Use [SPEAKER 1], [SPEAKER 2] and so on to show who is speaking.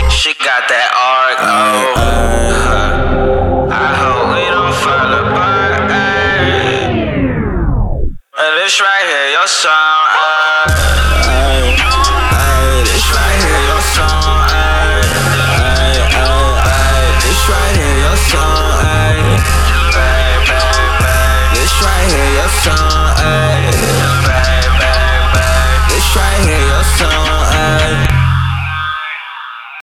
[SPEAKER 1] got that R O. I hope we don't fall apart. ayy. And this right here, your song. ayy.